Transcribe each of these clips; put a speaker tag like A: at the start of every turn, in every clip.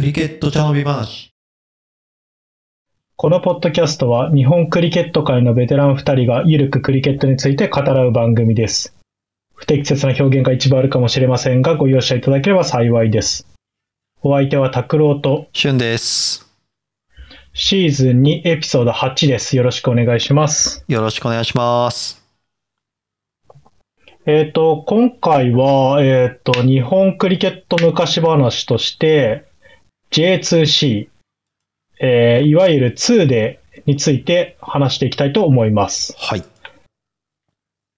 A: リケット茶飲み話。
B: このポッドキャストは日本クリケット界のベテラン2人がゆるくクリケットについて語らう番組です。不適切な表現が一部あるかもしれませんがご容赦いただければ幸いです。お相手は拓郎と
A: シュンです。
B: シーズン2エピソード8です。よろしくお願いします。
A: よろしくお願いします。
B: えっ、と、今回は、えっ、と、日本クリケット昔話として、J2C、えーいわゆる2でについて話していきたいと思います。
A: はい。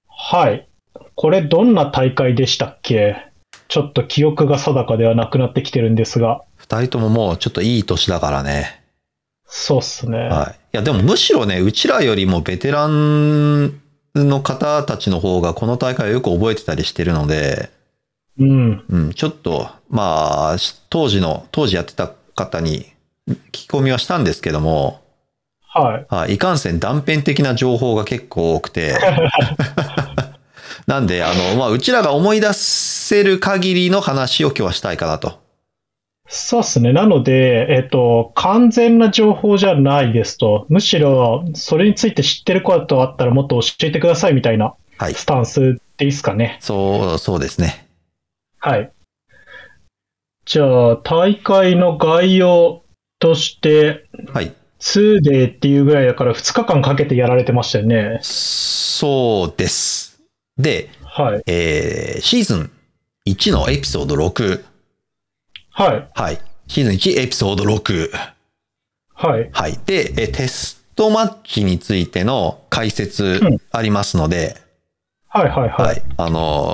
B: はい。これどんな大会でしたっけちょっと記憶が定かではなくなってきてるんですが。
A: 二人とももうちょっといい年だからね。
B: そうっすね。
A: はい。いや、でもむしろね、うちらよりもベテランの方たちの方がこの大会をよく覚えてたりしてるので、
B: うん。
A: うん、ちょっと、まあ、当時の、当時やってた方に聞き込みはしたんですけども、
B: はい。
A: はい、いかんせん断片的な情報が結構多く て。なんで、あの、まあ、うちらが思い出せる限りの話を今日はしたいかなと。
B: そうっすね。なので、えっと、完全な情報じゃないですと。むしろ、それについて知ってることあったらもっと教えてくださいみたいな
A: はい。
B: スタンスでいいっすかね。
A: そう、そうですね。
B: はい。じゃあ、大会の概要として、
A: はい。
B: 2デーっていうぐらいだから2日間かけてやられてましたよね。
A: そうです。で、
B: はい。
A: えー、シーズン1のエピソード6。
B: はい。
A: はい。シーズン1エピソード6。
B: はい。
A: はい。で、えーテストマッチについての解説
B: うん
A: ありますので、
B: はいはいはい。
A: はい。あの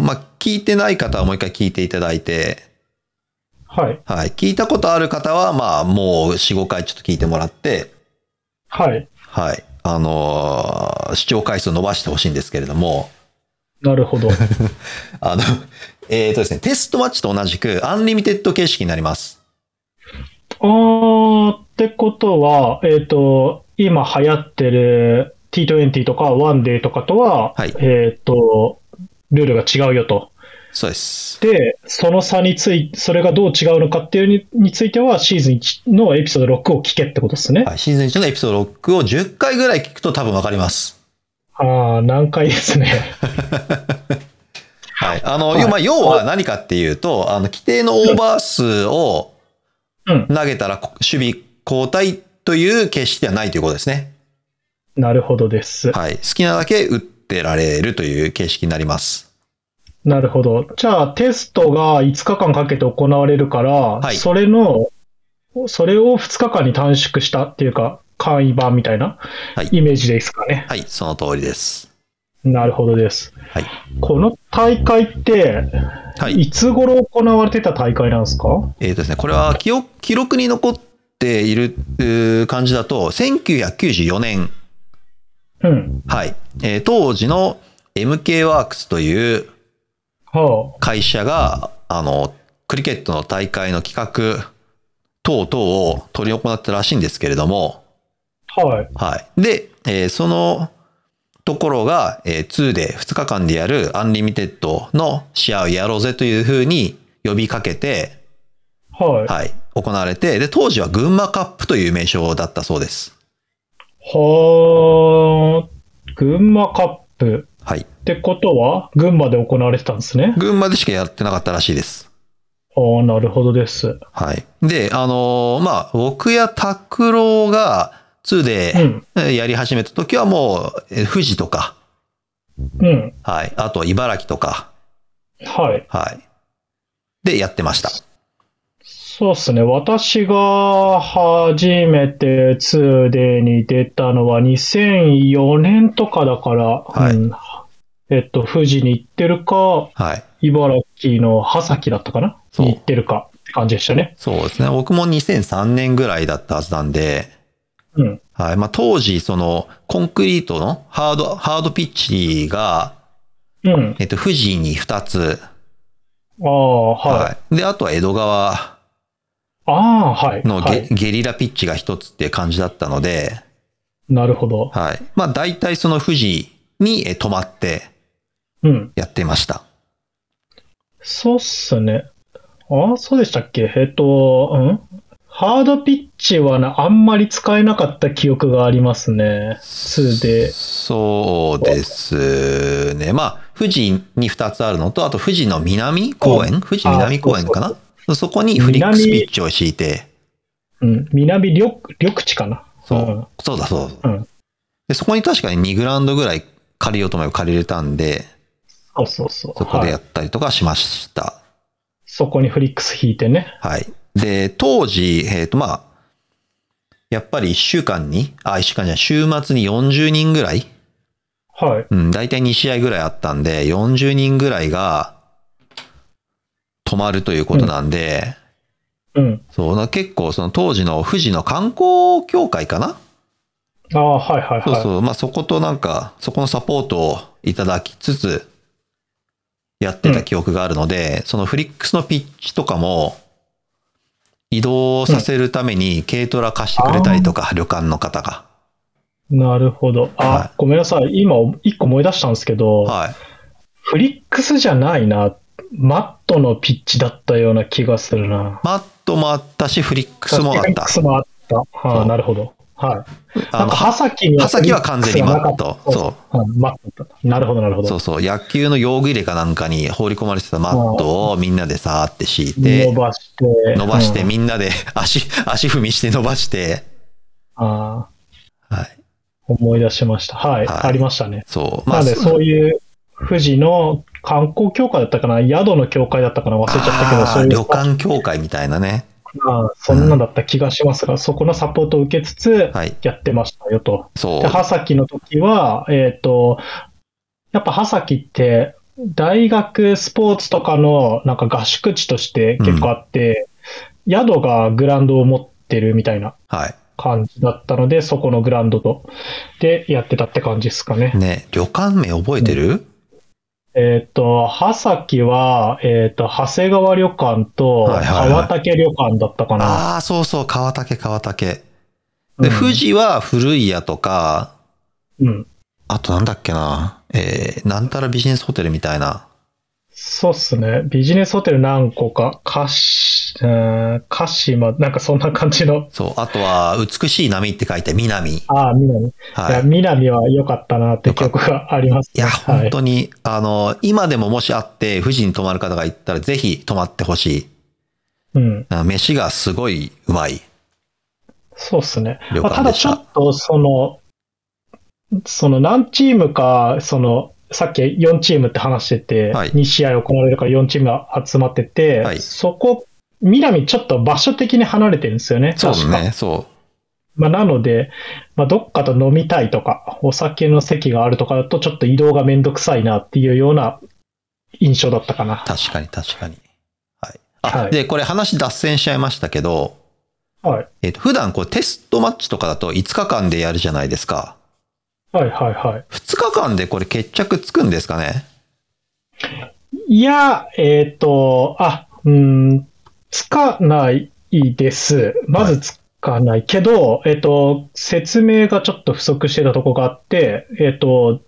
A: ーまあ、聞いてない方はもう一回聞いていただいて、
B: はい。
A: はい。聞いたことある方は、まあ、もう4、5回ちょっと聞いてもらって、
B: はい。
A: はい。あのー視聴回数伸ばしてほしいんですけれども、
B: なるほど。
A: あの、 えっ、とですね、テストマッチと同じく、アンリミテッド形式になります。
B: あー、ってことは、えっ、と、今流行ってる T20 とかワンデーとかとは、
A: はい
B: えっ、と、ルールが違うよと。
A: そうです。
B: で、その差についそれがどう違うのかっていうにについては、シーズン1のエピソード6を聞けってことですね。
A: はい。シーズン1のエピソード6を10回ぐらい聞くと多分わかります。
B: あー、難解ですね。
A: はい。あの、
B: はい
A: 要まあ要は何かっていうと、あの、規定のオーバー数を
B: うん。
A: 投げたら守備交代という形式ではないということですね。
B: なるほどです。
A: はい。好きなだけ打ってられるという形式になります。
B: なるほど。じゃあ、テストが5日間かけて行われるから、
A: い
B: それの、それを2日間に短縮したっていうか、簡易版みたいな
A: はい
B: イメージでいいですかね。
A: はい。その通りです。
B: なるほどです。
A: はい。
B: この大会って、
A: はい。
B: いつ頃行われてた大会なんですか
A: えーとですね、これは記憶記録に残っているうー感じだと、1994年、
B: うん。
A: はい。えー当時の MK ワークスという
B: は
A: 会社が、あの、クリケットの大会の企画等々を取り行ったらしいんですけれども、
B: あ、はい。
A: はい。で、えーそのところが、えー2で2日間でやるアンリミテッドの試合をやろうぜというふうに呼びかけて、
B: はい。は
A: はい、行われて、で、当時は群馬カップという名称だったそうです。
B: あ、群馬カップ
A: はい。
B: ってことは、群馬で行われてたんですね。
A: 群馬でしかやってなかったらしいです。
B: ああ、なるほどです。
A: はい。で、あのーまあ、僕や拓郎が2で
B: うん。
A: えーやり始めた時はもう、えー富士とか、
B: うん。
A: はい。あと茨城とか、
B: はい。
A: はい。で、やってました。
B: そうですね。私が初めて 2day に出たのは2004年とかだから、
A: はい
B: うんえっと、富士に行ってるか、
A: はい。
B: 茨城の波崎だったかな
A: そう
B: に行ってるかって感じでしたね。
A: そうですね。僕も2003年ぐらいだったはずなんで、
B: うん。
A: はい。まあ、当時、その、コンクリートのハード、ハードピッチが、
B: うん。
A: えっと、富士に2つ、
B: ああ、はい。
A: はい。で、あとは江戸川
B: ああ、はい。
A: のゲ,、
B: はい。
A: ゲリラピッチが一つっていう感じだったので、
B: なるほど。
A: はい。まあ大体その富士にえー泊まって
B: うん。
A: やってました。
B: そうっすね。あそうでしたっけえっと、うんハードピッチはな、あんまり使えなかった記憶がありますね。2で。
A: そうですね。まあ、富士に2つあるのと、あと富士の南公園富士南公園かなそこにフリックスピッチを敷いて、
B: うん。南緑、緑地かな。
A: そう、
B: うん
A: そうだそうだ、
B: うん
A: で、そこに確かに2グラウンドぐらい借りようと思えば借りれたんで、
B: そうそうそう。
A: そこで
B: は
A: や
B: い
A: ったりとかしました。
B: そこにフリックス引いてね。
A: はい。で、当時、えっ、と、まあ、やっぱり1週間に、あ、1週間じゃない、週末に40人ぐらい、
B: はい。
A: うん、大体2試合ぐらいあったんで、40人ぐらいが泊まるということなんで、
B: うん。
A: そうな結構その当時の富士の観光協会かな、
B: ああ、はいはいはい。
A: そうそう、まあそことなんか、そこのサポートをいただきつつ、やってた記憶があるので、そのフリックスのピッチとかも、移動させるために軽トラ貸してくれたりとか、旅館の方が。
B: なるほど。あ、
A: はい
B: ごめんなさい。今、一個思い出したんですけど、
A: はい。
B: フリックスじゃないな。マットのピッチだったような気がするな。
A: マットもあったし、フリックスもあっ
B: フリッ
A: た
B: ク。スもあった。は
A: そ
B: あ、
A: う
B: なるほど。はい。
A: あ
B: なん
A: の、
B: か、
A: は
B: 刃先は
A: 刃先は完全にマット。
B: フリックスが
A: そ
B: なかったうんマットだったなるほど、なるほ
A: う。そ
B: ど
A: う。そう。野球の用具入れかなんかに放り込まれてたマットをみんなでさーって敷い
B: 伸
A: て、
B: ばして。
A: 伸ばして
B: うん
A: みんなで足、足踏みして伸ばして、
B: ああ、
A: はい。
B: 思い出しました。はい。
A: はい
B: ありましたね。
A: そう。
B: なので、
A: そ
B: そういう、富士の観光協会だったかな、宿の協会だったかな、忘れちゃったけ
A: あ
B: ど、
A: ー
B: そういう
A: 旅館協会みたいなね。
B: まあ、そんなんだった気がしますが、そこのサポートを受けつつ、
A: はい。
B: やってましたよと。
A: そう
B: で、。ハサキの時は、えっ、と、やっぱハサキって、大学スポーツとかのなんか合宿地として結構あって、宿がグラウンドを持ってるみたいな
A: は
B: 感じだったので、そこのグラウンドと、で、やってたって感じですかね
A: い。。ね、旅館名覚えてる、
B: えっ、と、ハサキは、えっ、と、長谷川旅館と
A: はいはいはい
B: 川竹旅館だったかな。
A: ああ、そうそう、川竹、川竹。で、
B: うん
A: 富士は古い屋とか、
B: うん。
A: あとなんだっけな、えー、なんたらビジネスホテルみたいな。
B: そうっすね。ビジネスホテル何個か、かし、うーん、かしま、なんかそんな感じの。
A: そう。あとは、美しい波って書いて、南。
B: ああ、南。い
A: は
B: や、
A: い。
B: 南は良かったなって記憶があります、
A: いや、
B: はい
A: 本当に、あの、今でももしあって、富士に泊まる方がいたら、ぜひ泊まってほしい。
B: うん。
A: あ飯がすごいうまい
B: そうっすね。
A: 旅
B: まあ、た
A: 館で
B: だ
A: し
B: ちょ
A: た
B: っ。と、その、その何チームか、その、さっき4チームって話してて、
A: はい
B: 2試合行われるから4チームが集まってて、
A: はい
B: そこ、南ちょっと場所的に離れてるんですよね。
A: そうです
B: 確か
A: ね、そう。
B: まあ、なので、まあ、どっかと飲みたいとか、お酒の席があるとかだと、ちょっと移動がめんどくさいなっていうような印象だったかな。
A: 確かに確かに。はい。あ、
B: はい
A: で、これ話脱線しちゃいましたけど、
B: はい。
A: えっ、と、普段こうテストマッチとかだと5日間でやるじゃないですか。
B: はいはいは
A: 2日間でこれ決着つくんですかね
B: い。いや、えっ、と、あ、うーん、つかないです。まずつかないけど、えっ、と、説明がちょっと不足してたとこがあって、えっ、と、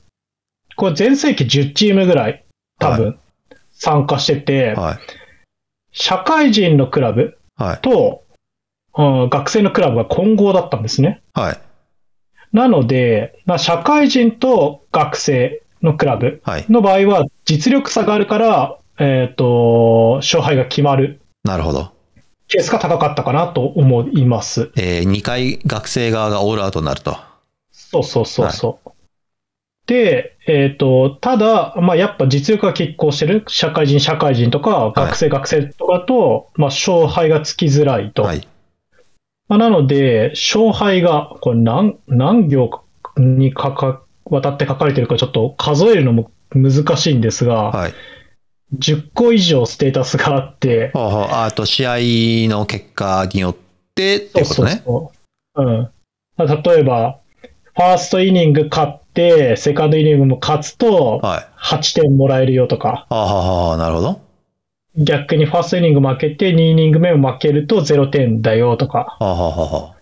B: これ全盛期10チームぐらい、多分、参加してて、
A: はい。
B: 社会人のクラブ、
A: はい。
B: と、うん学生のクラブが混合だったんですね。
A: はい。
B: なので、まあ、社会人と学生のクラブ
A: はい。
B: の場合は実力差があるから、えっ、と、勝敗が決まる
A: なるほど。
B: ケースが高かったかなと思います。
A: え2回学生側がオールアウトになると。
B: そうそうそうそう。で、えっ、と、ただ、まあ、やっぱ実力が拮抗してる社会人、社会人とか、学生、学生とかと、まあ、勝敗がつきづらいと。
A: はい。
B: まあ、なので、勝敗が、これ何、何行にかか、わたって書かれてるかちょっと数えるのも難しいんですが、
A: はい。
B: 10個以上ステータスがあって、
A: ほうほうああと、試合の結果によってっていうことね。
B: そうそうそう。うん。まあ例えば、ファーストイニング勝って、セカンドイニングも勝つと、
A: はい。
B: 8点もらえるよとか、
A: ああ、はあはあ、なるほど。
B: 逆にファーストイニング負けて、2イニング目も負けると0点だよとか、
A: はあ、はあは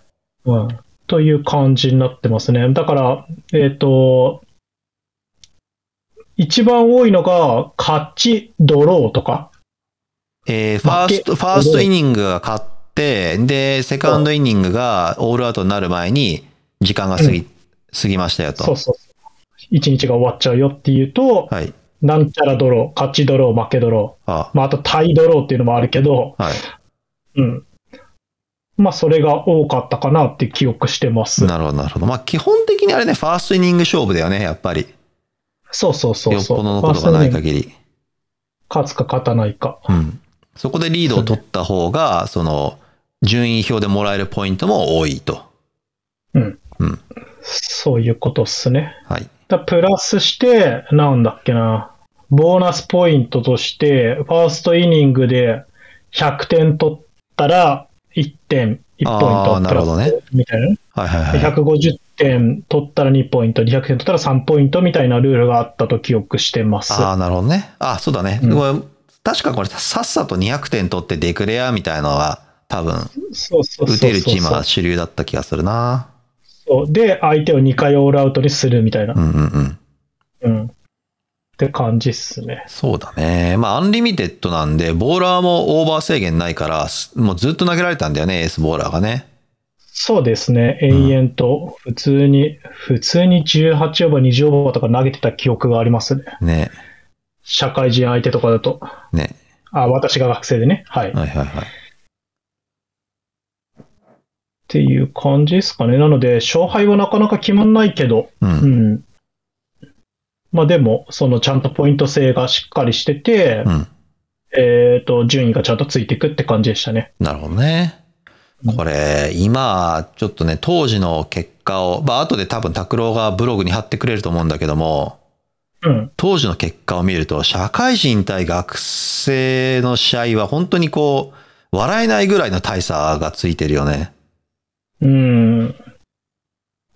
A: あは
B: うん。という感じになってますね。だから、えっ、と、一番多いのが、勝ち、ドローとか、
A: えーファースト、ファーストイニングが勝って、で、セカンドイニングがオールアウトになる前に、時間が過ぎ、過ぎましたよ
B: そう
A: と。
B: そう。一日が終わっちゃうよっていうと、
A: はい。
B: なんちゃらドロー、勝ちドロー、負けドロ
A: あ
B: ー、、まあ、あとタイドローっていうのもあるけど、
A: はい。
B: うん。まあ、それが多かったかなって記憶してます。
A: なるほど、なるほど。まあ、基本的にあれね、ファーストイニング勝負だよね、やっぱり。
B: そうそうそう
A: よっ
B: そう。
A: ぽどのことがない
B: まあそれで
A: 限り。
B: 勝つか勝たないか。
A: うん。そこでリードを取った方が、その、順位表でもらえるポイントも多いと。
B: そういうことっすね。
A: はい。
B: だプラスして、なんだっけな、ボーナスポイントとして、ファーストイニングで100点取ったら、1点、1ポイ
A: あー
B: ン
A: な
B: トプ
A: る
B: ラ
A: ほど
B: ス
A: ね
B: みたいな。
A: はいはい
B: で
A: はい。
B: 150点取ったら2ポイント、200点取ったら3ポイントみたいなルールがあったと記憶してます。
A: ああ、なるほどね。あそうだね。
B: うん
A: これ確かこれ、さっさと200点取ってデクレアみたいなのが、多分、
B: そうそうそうそう。
A: 打てるチームは主流だった気がするな。
B: そうで、相手を2回オールアウトにするみたいな
A: う。んうんうん。
B: うん。って感じっすね。
A: そうだね。まあ、アンリミテッドなんで、ボーラーもオーバー制限ないから、すもうずっと投げられたんだよね、エースボーラーがね。
B: そうですね。
A: ん
B: 延々と、普通に、普通に18オーバー、20オーバーとか投げてた記憶がありますね。
A: ね。
B: 社会人相手とかだと。
A: ね。
B: あ、私が学生でね。はい。っ
A: はいはいはい。
B: ていう感じですかね。なので、勝敗はなかなか決まんないけど、
A: う。
B: うんん。まあでも、そのちゃんとポイント制がしっかりしてて、
A: うん。
B: えっ、と、順位がちゃんとついていくって感じでしたね。
A: なるほどね
B: う。ん
A: これ、今、ちょっとね、当時の結果を、まあ、後で多分拓郎がブログに貼ってくれると思うんだけども、
B: うん。
A: 当時の結果を見ると、社会人対学生の試合は本当にこう、笑えないぐらいの大差がついてるよね。
B: うん。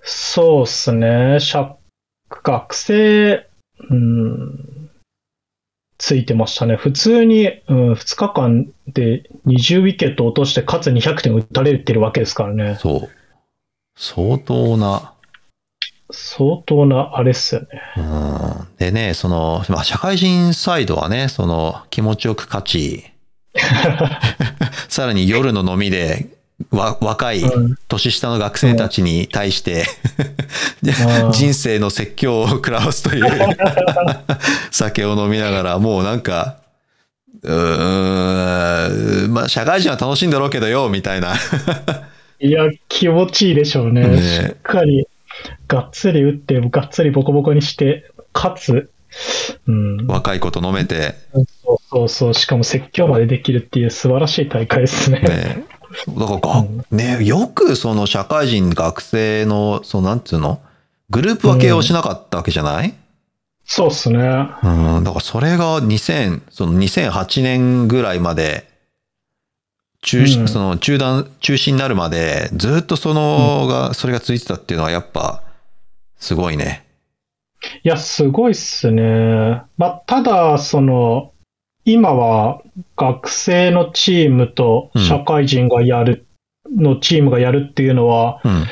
B: そうっすね。社学生、うん。ついてましたね。普通に、うん、2日間で20ウィケット落として、かつ200点打たれてるわけですからね。
A: そう。相当な。
B: 相当なあれっすよね。
A: うん。でね、その、まあ、社会人サイドはね、その、気持ちよく勝ち、さらに夜の飲みで、わ、若い、
B: うん
A: 年下の学生たちに対して、
B: う ん
A: 人生の説教を食らわすという 酒を飲みながらもうなんかうーんまあ社会人は楽しいんだろうけどよみたいな
B: いや、気持ちいいでしょうね。
A: ね
B: しっかり、がっつり打って、がっつりボコボコにして、かつ、うん。
A: 若い子と飲めて、
B: そうそうそう。しかも説教までできるっていう素晴らしい大会ですね。
A: ね、だからがねよくその社会人学生のそのなんつうのグループ分けをしなかったわけじゃない、
B: そうっすね。
A: うんだからそれが2000その2008年ぐらいまで中止、
B: うん
A: その中断中止になるまでずっとそのが、それがついてたっていうのはやっぱすごいね。
B: いや、すごいっすね。まあ、ただ、その、今は学生のチームと社会人がやる、のチームがやるっていうのは、
A: うん。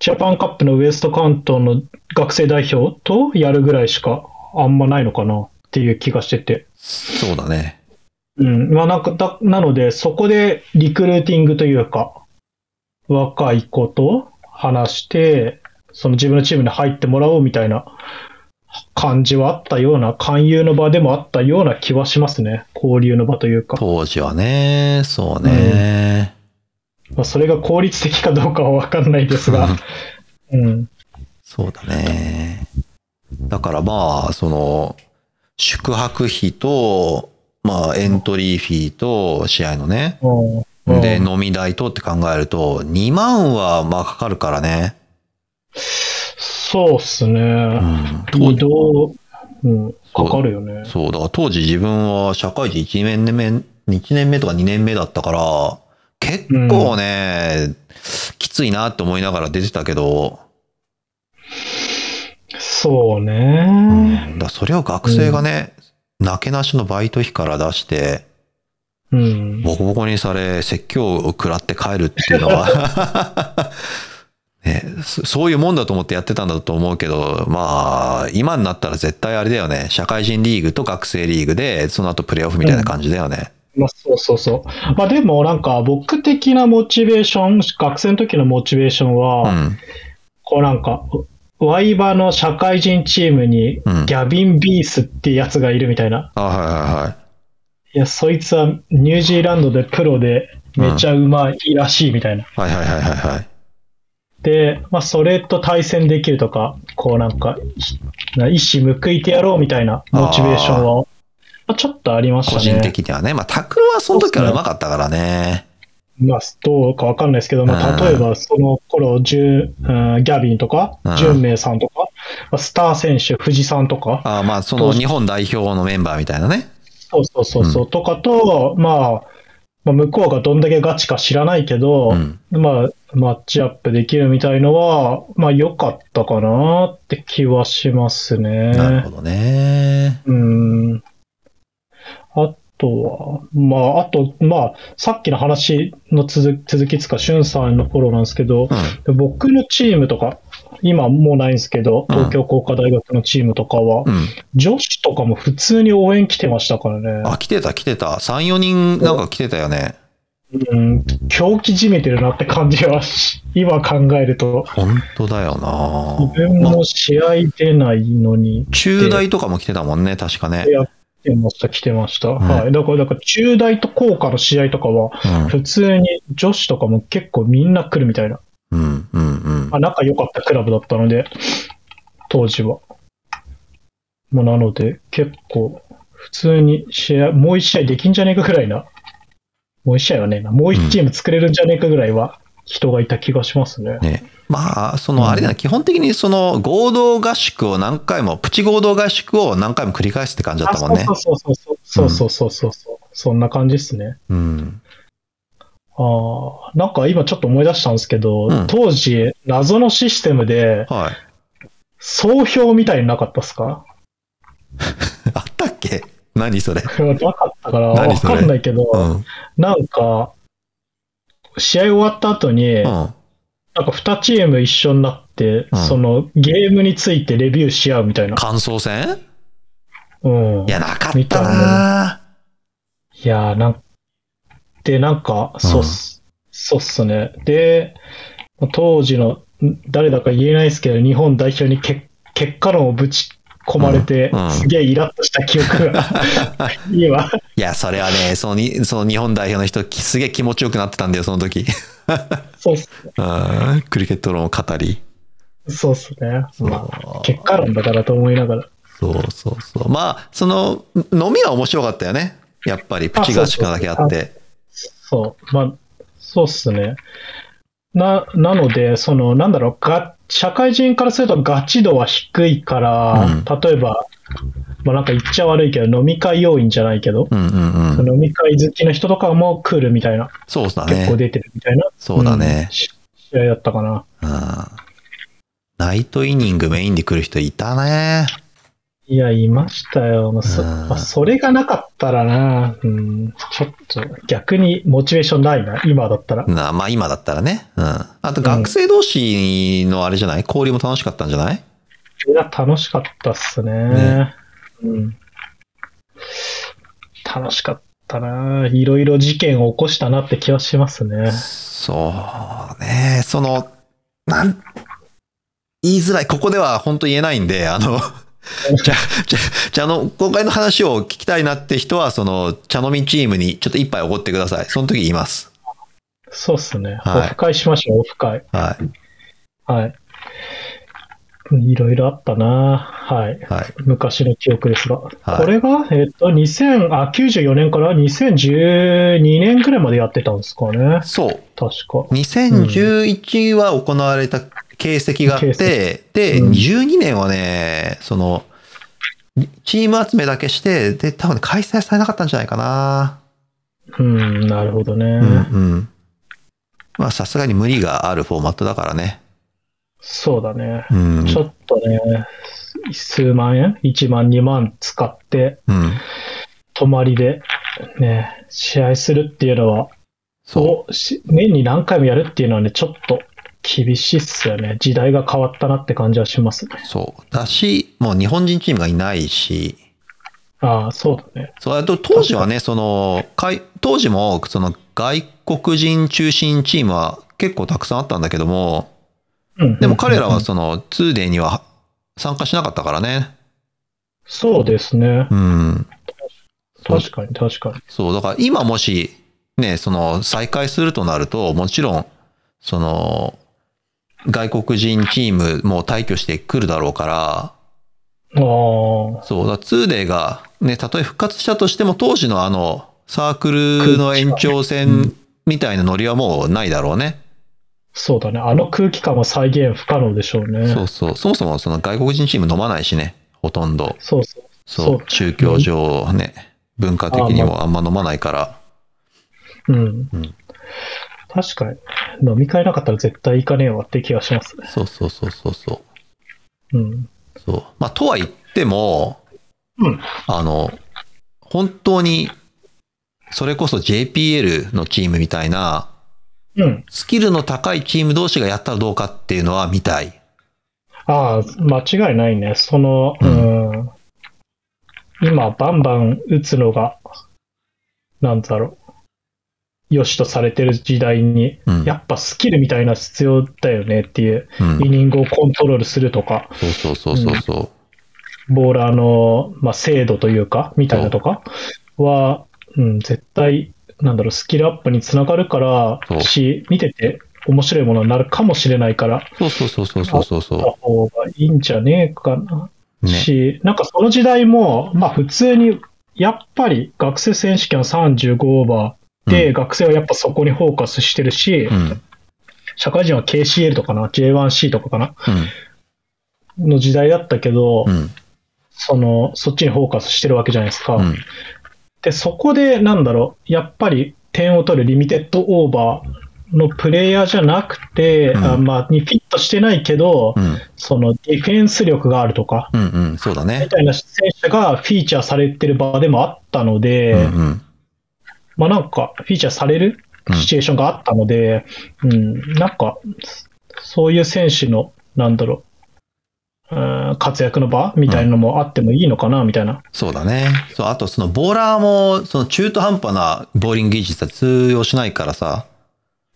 B: ジャパンカップのウエスト関東の学生代表とやるぐらいしかあんまないのかなっていう気がしてて。
A: そうだね。
B: うん。まあなんか、だ、なので、そこでリクルーティングというか、若い子と話して、その自分のチームに入ってもらおうみたいな感じはあったような、勧誘の場でもあったような気はしますね。交流の場というか。
A: 当時はね、そうね。、
B: まあ、それが効率的かどうかはわかんないですがうん。
A: そうだね。だからまあ、その、宿泊費と、まあエントリーフィーと試合のね。
B: うんうん
A: で、飲み代とって考えると、2万はまあかかるからね。
B: そうっすね。
A: 当
B: 移動、うん、かかるよね。
A: そう、だから当時自分は社会人1年目、1年目とか2年目だったから、結構ね、きついなって思いながら出てたけど、
B: そう
A: うん
B: ね。
A: だからそれを学生がね、なけなしのバイト費から出して、
B: うん。
A: ボコボコにされ、説教を食らって帰るっていうのは、 ね、そそういうもんだと思ってやってたんだと思うけど、まあ、今になったら絶対あれだよね。社会人リーグと学生リーグで、その後プレイオフみたいな感じだよね。
B: まあ、そうそうそう。まあでもなんか僕的なモチベーション、学生の時のモチベーション
A: う
B: は、
A: ん。
B: こうなんか、ワイバの社会人チームに
A: うん。
B: ギャビン・ビースってやつがいるみたいな。
A: あ、はいはいはい。
B: いや、そいつはニュージーランドでプロでめちゃうまいらしいみたいな。
A: はいはいはいはいはい。
B: で、まあそれと対戦できるとか、こうなんか、ひな一矢報いてやろうみたいなモチベーションは、まあ、ちょっとありました
A: 個
B: ね。
A: 人的にはね。まあ、タクロはその時からうまかったからね。
B: まあ、どうかわかんないですけど、ま
A: う
B: あ、
A: ん
B: 例えばその頃、ジュンうんギャビンとか
A: うん、
B: ジュンメイさんとか、まあスター選手、藤さんとか、
A: ああまあ、その日本代表のメンバーみたいなね。
B: そうそうそうそう、とかと、まあ、まあ、向こうがどんだけガチか知らないけど、
A: うん。
B: まあ、マッチアップできるみたいのは、まあ、良かったかなって気はします
A: なる
B: ね
A: ほ。どね。
B: うん。あとは、まあ、あと、まあ、さっきの話の続続きつか、しゅんさんの頃なんですけど、
A: うん。
B: 僕のチームとか、今もうないんですけど、
A: うん
B: 東京工科大学のチームとかは、
A: うん。
B: 女子とかも普通に応援来てましたからね。
A: あ、来てた来てた。3、4人なんか来てたよね。
B: うん、狂気じめてるなって感じはし、 今考えると、
A: 本当だよな
B: 自分も試合出ないのに、
A: 中大とかも来てたもんね、確かね。
B: 来てました、来てました。
A: ん
B: はい。だから、だから中大と工科の試合とかは、普通に女子とかも結構みんな来るみたいな。
A: うん。うん。うん。うん
B: ま。あ、仲良かったクラブだったので、当時は。まあ、なので、結構、普通に試合、もう一試合できんじゃねえかぐらいな。もう一試合はねえな。もう一チーム作れるんじゃねえかぐらいは、人がいた気がしますね。
A: ね。まあ、その、あれだな、基本的にその合同合宿を何回も、プチ合同合宿を何回も繰り返すって感じだ
B: あ
A: ったもんね
B: そ。うそうそうそうそうそうそうそうそう、そんな感じですね。
A: うん。
B: ああ、なんか今ちょっと思い出したんですけ
A: う
B: ど、
A: ん
B: 当時、謎のシステムで、
A: はい。
B: 総評みたいになかったっすか
A: あったっけ何それ。
B: なかったから、わ
A: 何それ
B: かんないけど、
A: うん。うん。
B: なんか、試合終わった後に、なん
A: あ
B: か2チーム一緒になって、
A: うん
B: そのゲームについてレビューし合うみたいな。
A: 感想戦
B: うん。
A: い
B: いや
A: や、なかったな
B: ー、なんで、なんか、そうっす、そうっすね。で、当時の、ん誰だか言えないですけど、日本代表にけ結果論をぶち込まれて、
A: うんうん
B: すげえイラッとした記 憶が、今、
A: いや、それはね、そのに、その日本代表の人、きすげえ気持ちよくなってたんだよ、その時。
B: そうっす
A: うん。クリケット論を語り。
B: そうっすね。
A: そう
B: まあ結果論だからと思いながら。
A: そうそうそう。まあ、その、飲みは面白かったよね。やっぱり、プチ合宿なだけあって。
B: そう、まあ、そうっすね。な、なので、その、なんだろう、が、社会人からするとガチ度は低いから、
A: うん
B: 例えば、まあなんか言っちゃ悪いけど、飲み会要員じゃないけど、
A: うんうんうん。
B: 飲み会好きの人とかも来るみたいな、
A: そうだ
B: 結構
A: ね。
B: 出てるみたいな、
A: そうだね
B: ん。し試合だったかな。
A: うん。ナイトイニングメインで来る人いたね。
B: いや、いましたよ。まあそ
A: うん
B: まあそれがなかったらな、うん、ちょっと逆にモチベーションないな、今だったら。
A: なまあ今だったらね。うん。あと学生同士のあれじゃない交流も楽しかったんじゃない
B: いや、楽しかったっすね。
A: ね
B: うん、楽しかったな。いろいろ事件を起こしたなって気はしますね。
A: そうね。その、なん、言いづらい。ここでは本当言えないんで、あの、 じゃ、じゃ、じゃあの、今回の話を聞きたいなって人は、その、茶飲みチームにちょっと一杯おごってください。その時言います。
B: そうっすね。
A: はい
B: オフ会しましょう、オフ会。
A: は
B: はい。いろいろあったな。はい。
A: い。はい。
B: 昔の記憶ですが。
A: はい
B: これが、えっと、2000、あ、94年から2012年ぐらいまでやってたんですかね。
A: そう。
B: 確か。
A: 2011は行われた形跡があって、で、
B: うん
A: 12年はね、その、チーム集めだけして、で、多分ね開催されなかったんじゃないかな。
B: うん、なるほどね。
A: うんうん。まあ、さすがに無理があるフォーマットだからね。
B: そうだね。
A: うん。
B: ちょっとね、数万円 ?1 万、2万使って、
A: うん。
B: 泊まりで、ね、試合するっていうのは、
A: そ
B: をし年に何回もやるっていうのはね、ちょっと厳しいっすよね。時代が変わったなって感じはしますね
A: う。。そう。だし、もう日本人チームがいないし、
B: うああ、そうだね。
A: そうあと当時はね、その、かい当時もその外国人中心チームは結構たくさんあったんだけども、
B: うん
A: でも彼ら
B: うんう
A: は
B: ん
A: その 2day には参加しなかったからね。
B: そうですね。
A: うん。そう
B: 確かに、確かに。
A: そう、だから今もし、ね、その再開するとなると、もちろん、その、外国人チームも退去してくるだろうから、
B: ああ、
A: そう、だツーデーが、ね、たとえ復活したとしても、当時のあの、サークルの延長戦みたいなノリはもうないだろうね。
B: そうだね。あの空気感は再現不可能でしょうね。
A: そうそう。そもそもその外国人チーム飲まないしね、ほとんど。
B: そうそう。
A: そ、
B: そうう
A: 宗教上ね、文化的にもあんま飲まないから。
B: うん。
A: うん
B: 確かに。飲み会なかったら絶対行かねえわって気がしますね。
A: そうそうそうそうそう。
B: うん。
A: そう。まあ、とは言っても、
B: うん
A: あの、本当に、それこそ JPL のチームみたいな、
B: うん。
A: スキルの高いチーム同士がやったらどうかっていうのは見たい。
B: ああ、間違いないね。その、
A: う
B: うん、今、バンバン打つのが、なんだろう。良しとされてる時代に、
A: うん。
B: やっぱスキルみたいな必要だよねっていう、
A: うん
B: イニングをコントロールするとか、
A: そうそうそうそうそ
B: ボーラーの、まあ、精度というか、みたいなとかは、うん、絶対、なんだろう、スキルアップにつながるか
A: そう
B: ら、し、見てて面白いものになるかもしれないから、
A: う。そうそうそうそうそうそう
B: た
A: そ
B: 方がいいんじゃねえかな。
A: う。ね。
B: し、なんかその時代も、まあ普通に、やっぱり学生選手権35オーバーで、学生はやっぱそこにフォーカスしてるし、
A: うん。うん。
B: 社会人は KCL とかな、J1C とかかな、
A: うん
B: の時代だったけど、
A: うん。
B: その、そっちにフォーカスしてるわけじゃないですか。
A: うん。
B: で、そこで、なんだろう、やっぱり点を取るリミテッドオーバーのプレイヤーじゃなくて、
A: うん
B: あまあ、にフィットしてないけど、
A: うん。
B: そのディフェンス力があるとか、
A: うん。うん。そうだね
B: み。たいな選手がフィーチャーされてる場でもあったので、
A: うん。うん。
B: まあなんか、フィーチャーされる
A: うん
B: シチュエーションがあったので、うん、なんか、そういう選手の、なんだろう、うん活躍の場みたいなのもあってもいいのかな、みたいな。
A: そうだね。そう、あとそのボーラーも、その中途半端なボーリング技術は通用しないからさ、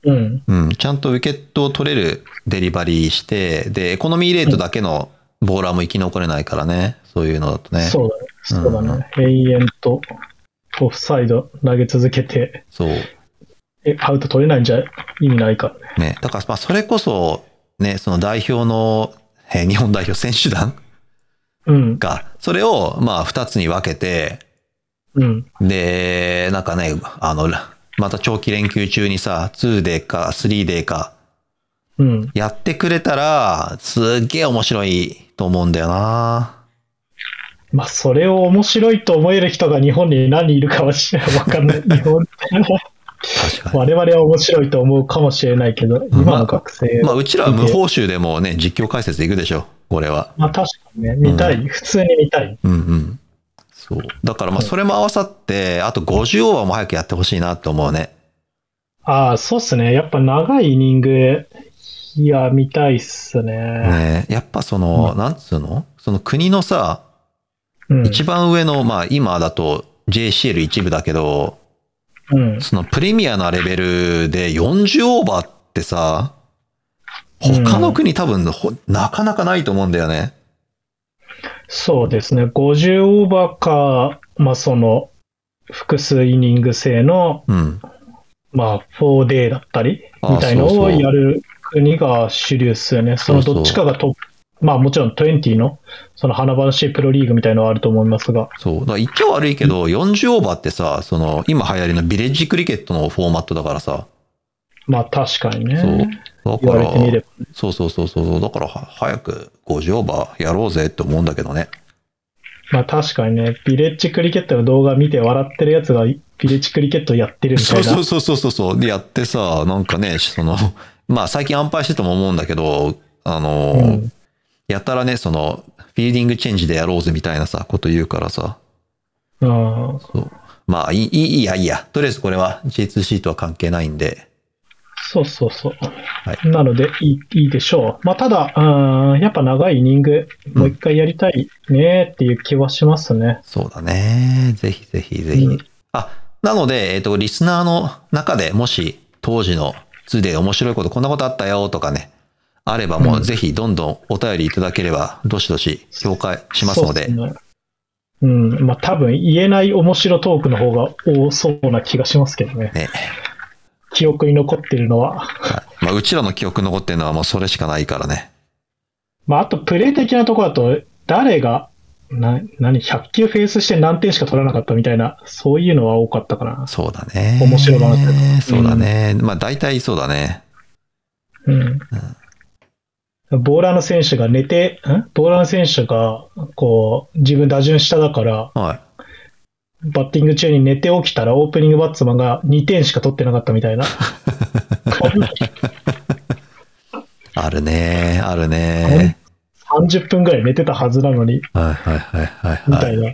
B: うん。
A: うん、ちゃんとウィケットを取れるデリバリーして、で、エコノミーレートだけのボーラーも生き残れないからね、そういうのだとね。
B: そうだね。そうだね。永遠とオフサイド投げ続けて、
A: そう。
B: えアウト取れないんじゃ意味ないからね。
A: ね。だから、まあ、それこそ、ね、その代表の、えー日本代表選手団
B: うん。
A: が、それを、まあ、二つに分けて、
B: うん。
A: で、なんかね、あの、また長期連休中にさ、2デーか3デーか、
B: うん。
A: やってくれたら、すっげえ面白いと思うんだよな。
B: まあ、それを面白いと思える人が日本に何人いるかは知らわかんない。日本
A: 確かに。
B: 我々は面白いと思うかもしれないけど、今の学生
A: まあ、うちらは無報酬でもね、実況解説で行くでしょ、これは。
B: まあ確かにね、見たい、普通に見たい。
A: うんうん。そう。だからまあ、それも合わさって、あと50オーバーも早くやってほしいなと思うね。
B: ああ、そうっすね。やっぱ長いイニング、いや、見たいっすね。
A: ねやっぱその、なんつうのその国のさ、
B: うん。
A: 一番上の、まあ、今だと JCL 一部だけど、
B: うん。
A: そのプレミアなレベルで40オーバーってさ、
B: うん
A: 他の国多分、ほなかなかないと思うんだよね。
B: そうですね。50オーバーか、まあその、複数イニング制の、
A: うん。
B: まあ 4D だったり、
A: ああ
B: みたいの
A: そう
B: を
A: そう
B: やる国が主流っすよね。その
A: そうそう
B: どっちかがトップ。まあもちろん20の、その華々しいプロリーグみたいのはあると思いますが。
A: そう。だから一応悪いけど、40オーバーってさ、その、今流行りのビレッジクリケットのフォーマットだからさ。
B: まあ確かにね。
A: そう。だ
B: 言
A: か
B: われ
A: ら
B: てみれば、
A: そうそうそうそう。だからは、早く50オーバーやろうぜって思うんだけどね。
B: まあ確かにね、ビレッジクリケットの動画見て笑ってるやつがビレッジクリケットやってるみたい
A: そう
B: な。
A: そうそうそうそうそう。で、やってさ、なんかね、その、 まあ最近安牌してても思うんだけど、あの、
B: うん
A: やたらね、その、フィールディングチェンジでやろうぜみたいなさ、こと言うからさ。
B: うん
A: そうまあ、いい、いいいいや、いいや。とりあえずこれは J2 シートは関係ないんで、
B: そうそうそう。
A: は
B: なのでいい、いいでしょう。まあ、ただ、うーんやっぱ長いイニング、もう一回やりたいねっていう気はしますね。
A: そうだね。ぜひぜひぜひ。
B: うん
A: あ、なので、えっ、と、リスナーの中でもし当時の図で面白いこと、こんなことあったよとかね、あればも
B: う
A: うんぜひどんどんお便りいただければ、どしどし評価しますので、
B: そうすねうん、まあ多分言えない面白トークの方が多そうな気がしますけどね。
A: ね
B: 記憶に残ってるのは。
A: はいまあ、うちらの記憶に残ってるのはもうそれしかないからね。
B: まああとプレイ的なところだと、誰が、な、何、100球フェースして何点しか取らなかったみたいな、そういうのは多かったかな。
A: そうだね。
B: 面白い話だな
A: そうだね。まあ大体そうだね。
B: うん。ボーラーの選手が寝て、んボーラーの選手が、こう、自分打順下だから、
A: は
B: バッティング中に寝て起きたら、オープニングバッツマンが2点しか取ってなかったみたいな。
A: い。あるね。あるね。
B: 30分ぐらい寝てたはずなのに、
A: はいはいはいはい、
B: み
A: は
B: た
A: い。
B: いな。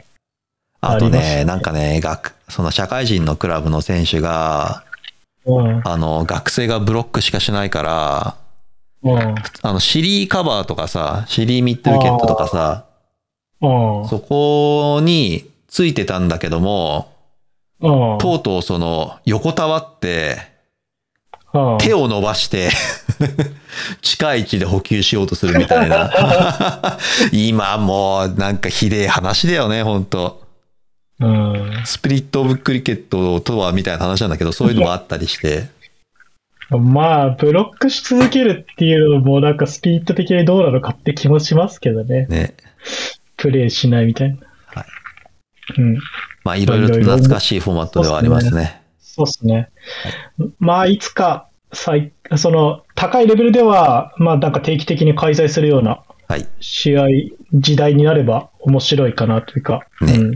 A: あと
B: ありました
A: ね、
B: ね
A: なんかね、学、その社会人のクラブの選手が、
B: うん。
A: あの、学生がブロックしかしないから、
B: うん。
A: あの、シリーカバーとかさ、シリーミッドウィケットとかさ、
B: うん。
A: そこについてたんだけども、
B: うん。
A: とうとうその、横たわって、
B: うん
A: 手を伸ば して、近い位置で補給しようとするみたい な。今もうなんかひでえ話だよね、ほんと。
B: うん。
A: スピリット・オブ・クリケットとはみたいな話なんだけど、そういうのもあったりして。
B: まあ、ブロックし続けるっていうのも、なんかスピリット的にどうなのかって気もしますけどね。
A: ね。
B: プレイしないみたいな。
A: はい
B: うん。
A: まあいろいろと懐かしいフォーマットではありますね。
B: そうですね。まあ、いつか、最、その、高いレベルでは、まあ、なんか定期的に開催するような
A: はい。
B: 試合、時代になれば面白いかなというか、
A: ね
B: うん。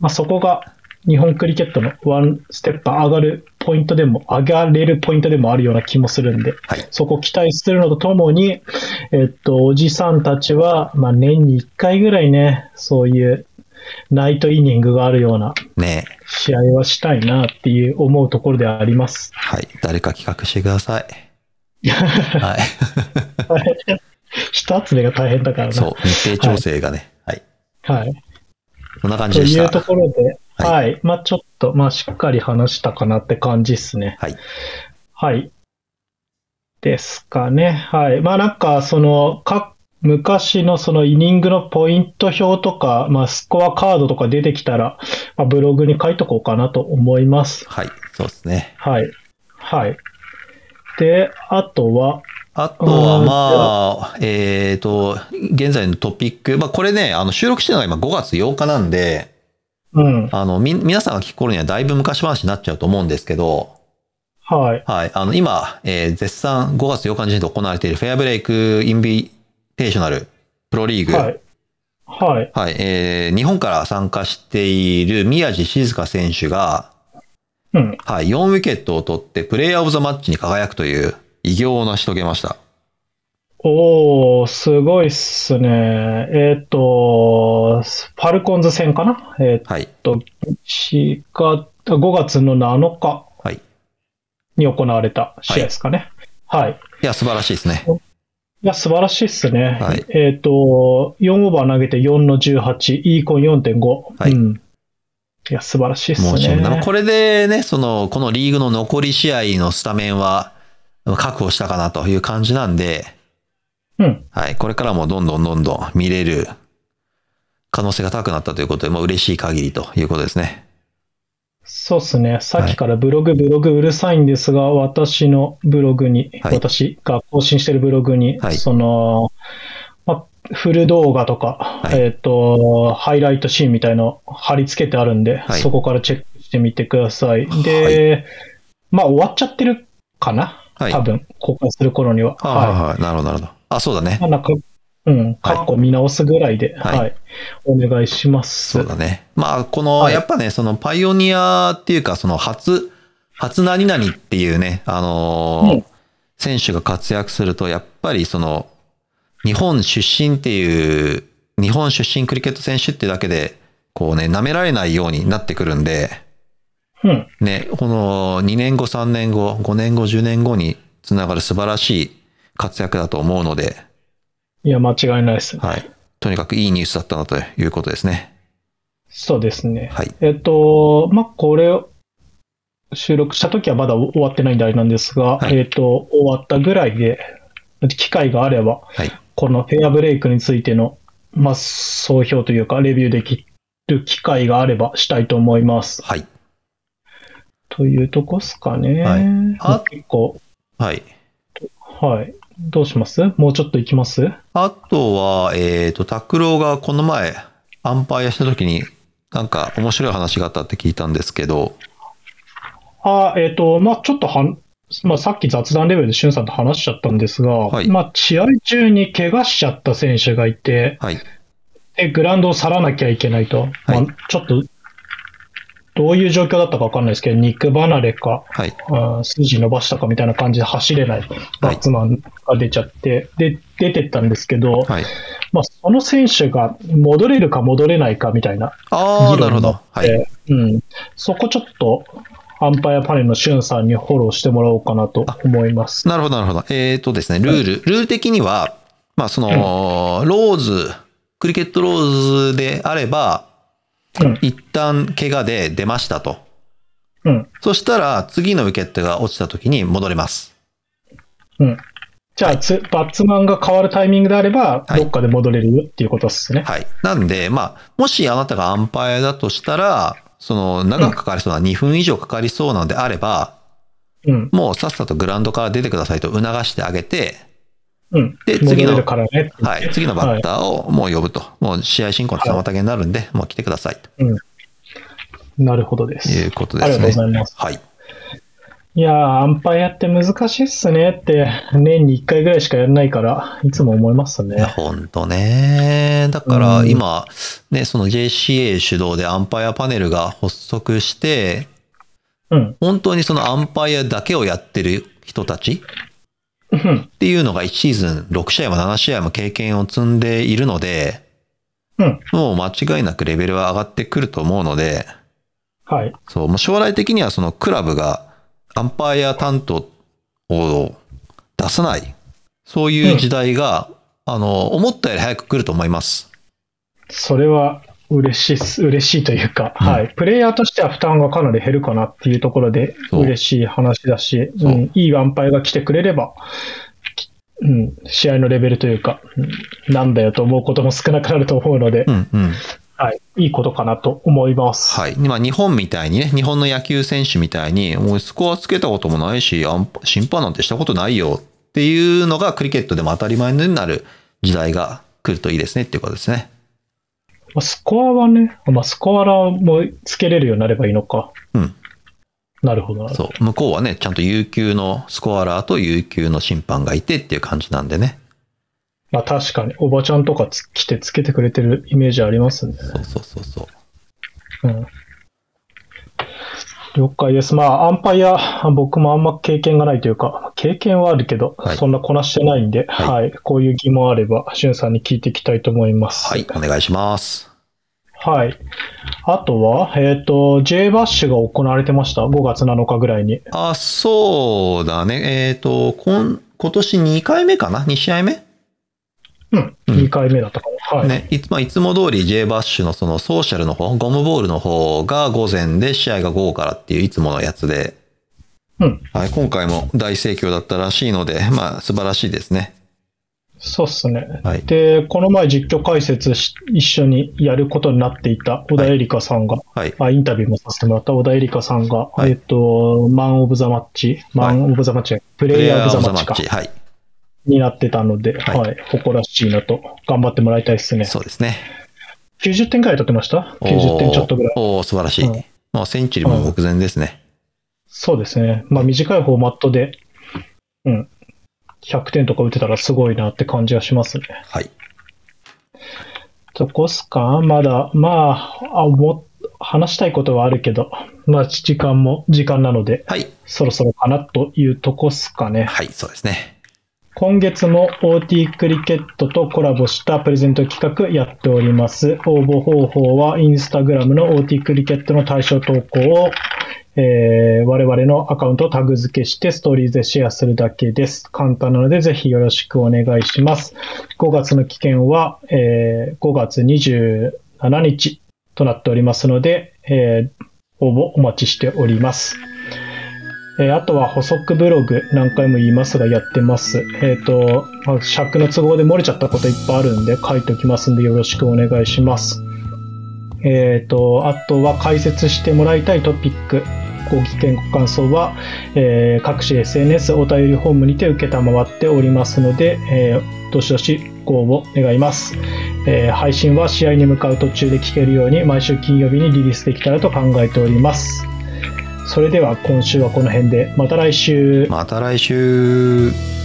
B: まあ、そこが、日本クリケットのワンステップ上がるポイントでも、上がれるポイントでもあるような気もするんで、
A: はい
B: そこを期待するのとともに、えっと、おじさんたちは、まあ、年に1回ぐらいね、そういうナイトイニングがあるような
A: ね
B: 試合はしたいなっていう思うところではあります。
A: はい。誰か企画してください。はい。
B: 一集めが大変だからな。
A: そう。日程調整がね。はい。
B: はい。
A: そんな感じ
B: と
A: でし
B: いう
A: た
B: と。ころで、
A: は
B: はい、まあちょっと、まあしっかり話したかなって感じですね。
A: はい。
B: はい。ですかね。はい。まあなんか、その、各昔のそのイニングのポイント表とか、まあスコアカードとか出てきたら、まあ、ブログに書いとこうかなと思います。
A: はい。そうですね。
B: はい。はい。で、あとは、
A: あとは、まあ、えっ、と、現在のトピック。まあ、これね、あの、収録してるのが今5月8日なんで、
B: うん。
A: あの、み、皆さんが聞く頃にはだいぶ昔話になっちゃうと思うんですけど、
B: はい。
A: はい。あの、今、えー絶賛5月8日に時点で行われているフェアブレイクインビテーショナルプロリーグ。
B: は
A: はい。
B: い。はい。
A: えー日本から参加している宮地静香選手が、
B: うん。
A: はい、4ウィケットを取ってプレイヤーオブザマッチに輝くという偉業を成し遂げました。
B: おー、すごいっすね。えっ、と、ファルコンズ戦かなえっ、
A: はい。
B: と、4月、5月の7日
A: はい。
B: に行われた試合ですかね。はい。い、
A: いや、素晴らしいですね。
B: や、素晴らしいっすね。
A: はい
B: えっ、と、4オーバー投げて4の18、イーコン4.5。
A: はい
B: うん。いや、素晴らしいっす
A: もうそんな
B: ね。
A: これでね、その、このリーグの残り試合のスタメンは確保したかなという感じなんで、
B: うん。
A: はい。これからもどんどんどんどん見れる可能性が高くなったということで、まあ嬉しい限りということですね。
B: そうですね。さっきからブログ、ブログうるさいんですが、私のブログに、
A: はい
B: 私が更新してるブログに、
A: はい
B: その、ま、フル動画とか、
A: はい
B: えっ、と、ハイライトシーンみたいの貼り付けてあるんで、
A: はい
B: そこからチェックしてみてください。で、まあ、終わっちゃってるかな
A: はい。
B: 多
A: はい
B: 分、公開する頃には。はい
A: はいはい。なるほど、なるほど。あ、そうだね
B: ま。あなんか、うん、過去見直すぐらいで、
A: は
B: はいい、お願いします。
A: そうだね。まあ、この、
B: はい
A: やっぱね、そのパイオニアっていうか、その初、初何々っていうね、あのー
B: うん
A: 選手が活躍すると、やっぱりその、日本出身っていう、日本出身クリケット選手ってだけで、こうね、舐められないようになってくるんで、
B: うん、
A: ね、この2年後、3年後、5年後、10年後につながる素晴らしい活躍だと思うので、
B: いや、間違いないです。
A: はい。とにかくいいニュースだったなということですね。
B: そうですね。
A: はい。
B: えっと、まあ、これを収録した時はまだ終わってないんであれなんですが、
A: はい
B: えっと、終わったぐらいで、機会があれば、
A: はい。
B: このフェアブレイクについての、まあ、総評というか、レビューできる機会があればしたいと思います。
A: はい。
B: というとこっすかね。
A: はいあ
B: 結構、
A: はい。
B: はい。どうしますもうちょっといきます
A: あとは、えっ、と、拓郎がこの前、アンパイアした時に、なんか面白い話があったって聞いたんですけど、
B: あえっ、と、まあ、ちょっとはん、まあ、さっき雑談レベルでしゅんさんと話しちゃったんですが、
A: はい
B: まあ、試合中に怪我しちゃった選手がいて、
A: はい。
B: で、グラウンドを去らなきゃいけないと。
A: はい
B: まあ、ちょっと、どういう状況だったかわかんないですけど、肉離れか、
A: はい。
B: あー筋伸ばしたかみたいな感じで走れないバッツマンが出ちゃって、で、出てったんですけど、
A: はい。
B: まあ、その選手が戻れるか戻れないかみたいな
A: ああ、
B: 議
A: なるほ
B: 論にな
A: ど
B: っ。
A: は
B: て
A: い。
B: うん、そこちょっと、アンパイアパネルのしゅんさんにフォローしてもらおうかなと思います。
A: なるほど、なるほど。えっ、とですね、ルール、ルール的には、まあ、その、ローズ、クリケットローズであれば、
B: うん、
A: 一旦怪我で出ましたと。
B: うん、
A: そしたら、次のウィケットが落ちた時に戻れます。
B: うん。じゃあ、つバッツマンが変わるタイミングであれば、
A: はい
B: どっかで戻れるよっていうことですね。
A: はい。なんで、まあ、もしあなたがアンパイアだとしたら、その、長くかかりそうな、2分以上かかりそうなのであれば、
B: うん、
A: もうさっさとグラウンドから出てくださいと促してあげて、
B: うん。
A: で
B: 戻
A: 次の
B: れるからねって言っ
A: は
B: て。
A: い。次のバッターをもう呼ぶと。もう試合進行の妨げになるんで、もう来てください
B: なるほどです。
A: ということで
B: あり
A: す
B: がとうござ
A: ね。
B: います。
A: はい。
B: いやー、アンパイアって難しいっすねって、年に1回ぐらいしかやらないから、いつも思います
A: いや、
B: ね。
A: ほんとね。だから
B: うん
A: 今、ね、その JCA 主導でアンパイアパネルが発足して、
B: うん。
A: 本当にそのアンパイアだけをやってる人たち
B: うん。
A: っていうのが1シーズン6試合も7試合も経験を積んでいるので、
B: うん。
A: もう間違いなくレベルは上がってくると思うので、
B: はい。
A: そう、もう将来的にはそのクラブがアンパイア担当を出さない、そういう時代が、あの、思ったより早く来ると思います。
B: それは嬉しいっす、嬉しいというか、
A: うん
B: はい。プレイヤーとしては負担がかなり減るかなっていうところで、
A: そう
B: 嬉しい話だし、、
A: そううん
B: いいアンパイが来てくれれば、きうん、試合のレベルというか、うんなんだよと思うことも少なくなると思うので、
A: うんうん。
B: はい。いいことかなと思います。
A: はい。まあ、日本みたいにね、日本の野球選手みたいに、もうスコアつけたこともないし、アンパ審判なんてしたことないよっていうのがクリケットでも当たり前になる時代が来るといいですねっていうことですね。
B: まあスコアはね、まあ、スコアラーもつけれるようになればいいのか。
A: うん。
B: なるほどなるほど。
A: そう。向こうはね、ちゃんと有給のスコアラーと有給の審判がいてっていう感じなんでね。
B: まあ確かに、おばちゃんとかつ来てつけてくれてるイメージありますね。
A: そうそうそうそう。
B: うん。了解です。まあ、アンパイア、僕もあんま経験がないというか、経験はあるけど、
A: はい
B: そんなこなしてないんで、
A: は
B: はいい、こういう疑問あれば、しゅんさんに聞いていきたいと思います。
A: はい。お願いします。
B: はい。あとは、えっ、と、J バッシュが行われてました。5月7日ぐらいに。
A: あ、そうだね。えっ、と、こん、今年2回目かな ?2 試合目
B: うん。
A: うん
B: 2回目だったかも。はい。
A: ね、いつまあ、いつも通り J バッシュのそのソーシャルの方、ゴムボールの方が午前で試合が午後からっていういつものやつで、
B: うん。
A: はい、今回も大盛況だったらしいので、まあ素晴らしいですね。
B: そうっすね。
A: はい。
B: で、この前実況解説し一緒にやることになっていた小田エリカさんが、
A: はい。
B: あ、インタビューもさせてもらった小田エリカさんが、
A: はい
B: えっと、マン・オブ・ザ・マッチ、マン・オブ・ザ・マッチ、プレイヤー・オブ・ザ・マッチか、
A: はい。
B: になってたので、
A: はい
B: はい、誇らしいなと、頑張ってもらいたいですね。
A: そうですね。
B: 90点くらい取ってました
A: おー
B: ?90 点ちょっとぐらい。
A: おー素晴らしい。
B: うん
A: もうセンチュリーも目前ですね。
B: そうですね。まあ、短いフォーマットで、うん、100点とか打てたらすごいなって感じがしますね。
A: はい。
B: どこっすかまだ、まあ、あも話したいことはあるけど、まあ、時間も時間なので、
A: はい。
B: そろそろかなというとこっすかね。
A: はい、そうですね。
B: 今月も OT クリケットとコラボしたプレゼント企画やっております。応募方法はインスタグラムの OT クリケットの対象投稿を、えー我々のアカウントをタグ付けしてストーリーズでシェアするだけです。簡単なのでぜひよろしくお願いします。5月の期限は、えー5月27日となっておりますので、えー応募お待ちしております。えーあとは補足ブログ何回も言いますがやってます。えっ、と、まあ、尺の都合で漏れちゃったこといっぱいあるんで書いておきますんでよろしくお願いします。えっ、と、あとは解説してもらいたいトピック、ご意見、ご感想は、えー各種 SNS お便りフォームにて受けたまわっておりますので、えーどしどしご応募願います。えー配信は試合に向かう途中で聞けるように毎週金曜日にリリースできたらと考えております。それでは今週はこの辺で、また来週。
A: また来週。